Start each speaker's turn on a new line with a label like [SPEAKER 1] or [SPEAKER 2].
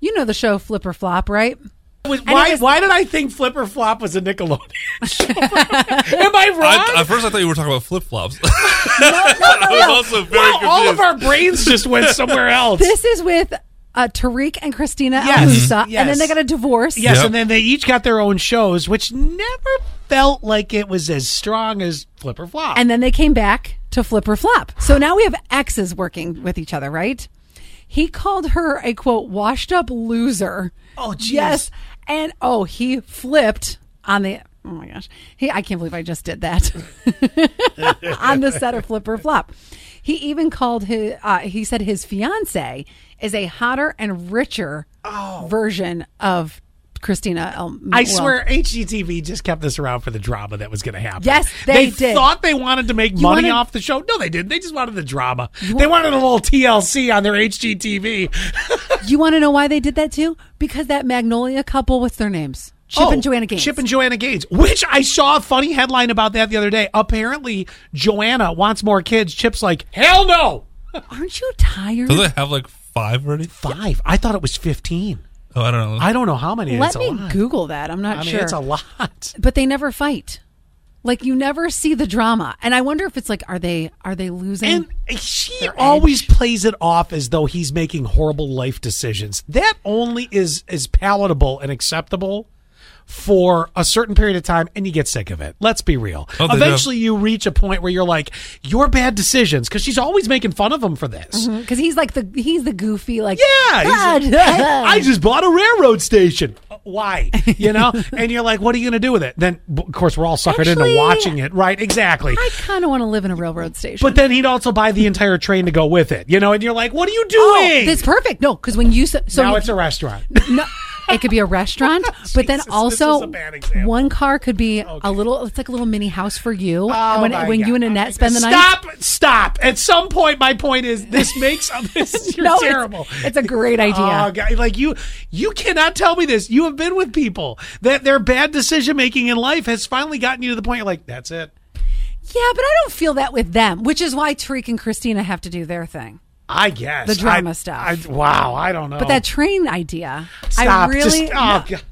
[SPEAKER 1] know the show Flip or Flop, right?
[SPEAKER 2] Was,
[SPEAKER 1] it
[SPEAKER 2] why,
[SPEAKER 1] was-
[SPEAKER 2] why did I think Flipper Flop was a Nickelodeon show? Am I wrong?
[SPEAKER 3] I, at first, I thought you were talking about flip flops. I was also very
[SPEAKER 2] wow, all of
[SPEAKER 3] confused.
[SPEAKER 2] our brains just went somewhere else.
[SPEAKER 1] This is with uh, Tariq and Christina
[SPEAKER 2] Yes. Mm-hmm.
[SPEAKER 1] Alusa, and
[SPEAKER 2] Yes.
[SPEAKER 1] then they got a divorce.
[SPEAKER 2] yes,
[SPEAKER 3] Yep.
[SPEAKER 2] and then they each got their own shows, which never felt like it was as strong as Flipper Flop.
[SPEAKER 1] And then they came back to flip or flop. So now we have exes working with each other, right? He called her a quote, washed up loser.
[SPEAKER 2] Oh, geez.
[SPEAKER 1] Yes. And oh, he flipped on the, oh my gosh. He, I can't believe I just did that on the set of flip or flop. He even called his, uh, he said his fiance is a hotter and richer version of Christina. El-
[SPEAKER 2] Oh. I
[SPEAKER 1] well,
[SPEAKER 2] swear, HGTV just kept this around for the drama that was going to happen.
[SPEAKER 1] Yes, they did.
[SPEAKER 2] thought they wanted to make money
[SPEAKER 1] wanted-
[SPEAKER 2] off the show. No, they didn't. They just wanted the drama. they wanted a little TLC on their HGTV.
[SPEAKER 1] You want to know why they did that too? Because that Magnolia couple, what's their names? Chip
[SPEAKER 2] Oh,
[SPEAKER 1] and Joanna Gaines.
[SPEAKER 2] Chip and Joanna Gaines, which I saw a funny headline about that the other day. Apparently, Joanna wants more kids. Chip's like, hell no.
[SPEAKER 1] Aren't you tired?
[SPEAKER 3] Do they have like five already?
[SPEAKER 2] Five. I thought it was 15.
[SPEAKER 3] Oh, I don't know.
[SPEAKER 2] I don't know how many.
[SPEAKER 1] Let
[SPEAKER 2] it's
[SPEAKER 1] me
[SPEAKER 2] a lot.
[SPEAKER 1] Google that. I'm not
[SPEAKER 2] I mean,
[SPEAKER 1] sure.
[SPEAKER 2] it's a lot.
[SPEAKER 1] But they never fight. Like you never see the drama, and I wonder if it's like, are they are they losing?
[SPEAKER 2] And she always plays it off as though he's making horrible life decisions. That only is is palatable and acceptable for a certain period of time and you get sick of it. Let's be real.
[SPEAKER 3] Oh, they do.
[SPEAKER 2] Eventually you reach a point where you're like, your bad decisions cuz she's always making fun of him for this.
[SPEAKER 1] Because he's like the he's the goofy like
[SPEAKER 2] Yeah, he's like, "Hey, I just bought a railroad station. Uh, Why? You know? and you're like, what are you going to do with it? Then b- of course we're all suckered
[SPEAKER 1] Actually,
[SPEAKER 2] into watching it, right? Exactly.
[SPEAKER 1] I kind of want to live in a railroad station.
[SPEAKER 2] but then he'd also buy the entire train to go with it, you know. And you're like, "What are you doing?"
[SPEAKER 1] oh, that's perfect. No, because when you s- so
[SPEAKER 2] now it's a restaurant.
[SPEAKER 1] no, it could be a restaurant, but then
[SPEAKER 2] Jesus, this is
[SPEAKER 1] also
[SPEAKER 2] a bad example.
[SPEAKER 1] one car could be a little. It's like a little mini house for you. And when
[SPEAKER 2] Oh my
[SPEAKER 1] when you
[SPEAKER 2] God.
[SPEAKER 1] and Annette spend the night.
[SPEAKER 2] Stop! Stop! At some point, my point is this makes this. You're
[SPEAKER 1] No, it's-
[SPEAKER 2] terrible.
[SPEAKER 1] It's, a great idea.
[SPEAKER 2] Oh, God. Like you, you cannot tell me this. You have been with people that their bad decision making in life has finally gotten you to the point. You're like, that's it.
[SPEAKER 1] yeah, but I don't feel that with them, which is why Tariq and Christina have to do their thing.
[SPEAKER 2] I guess
[SPEAKER 1] The drama
[SPEAKER 2] I-
[SPEAKER 1] stuff.
[SPEAKER 2] I, wow, I don't know.
[SPEAKER 1] But that train idea,
[SPEAKER 2] Oh. Stop.
[SPEAKER 1] I really
[SPEAKER 2] Just, oh, God.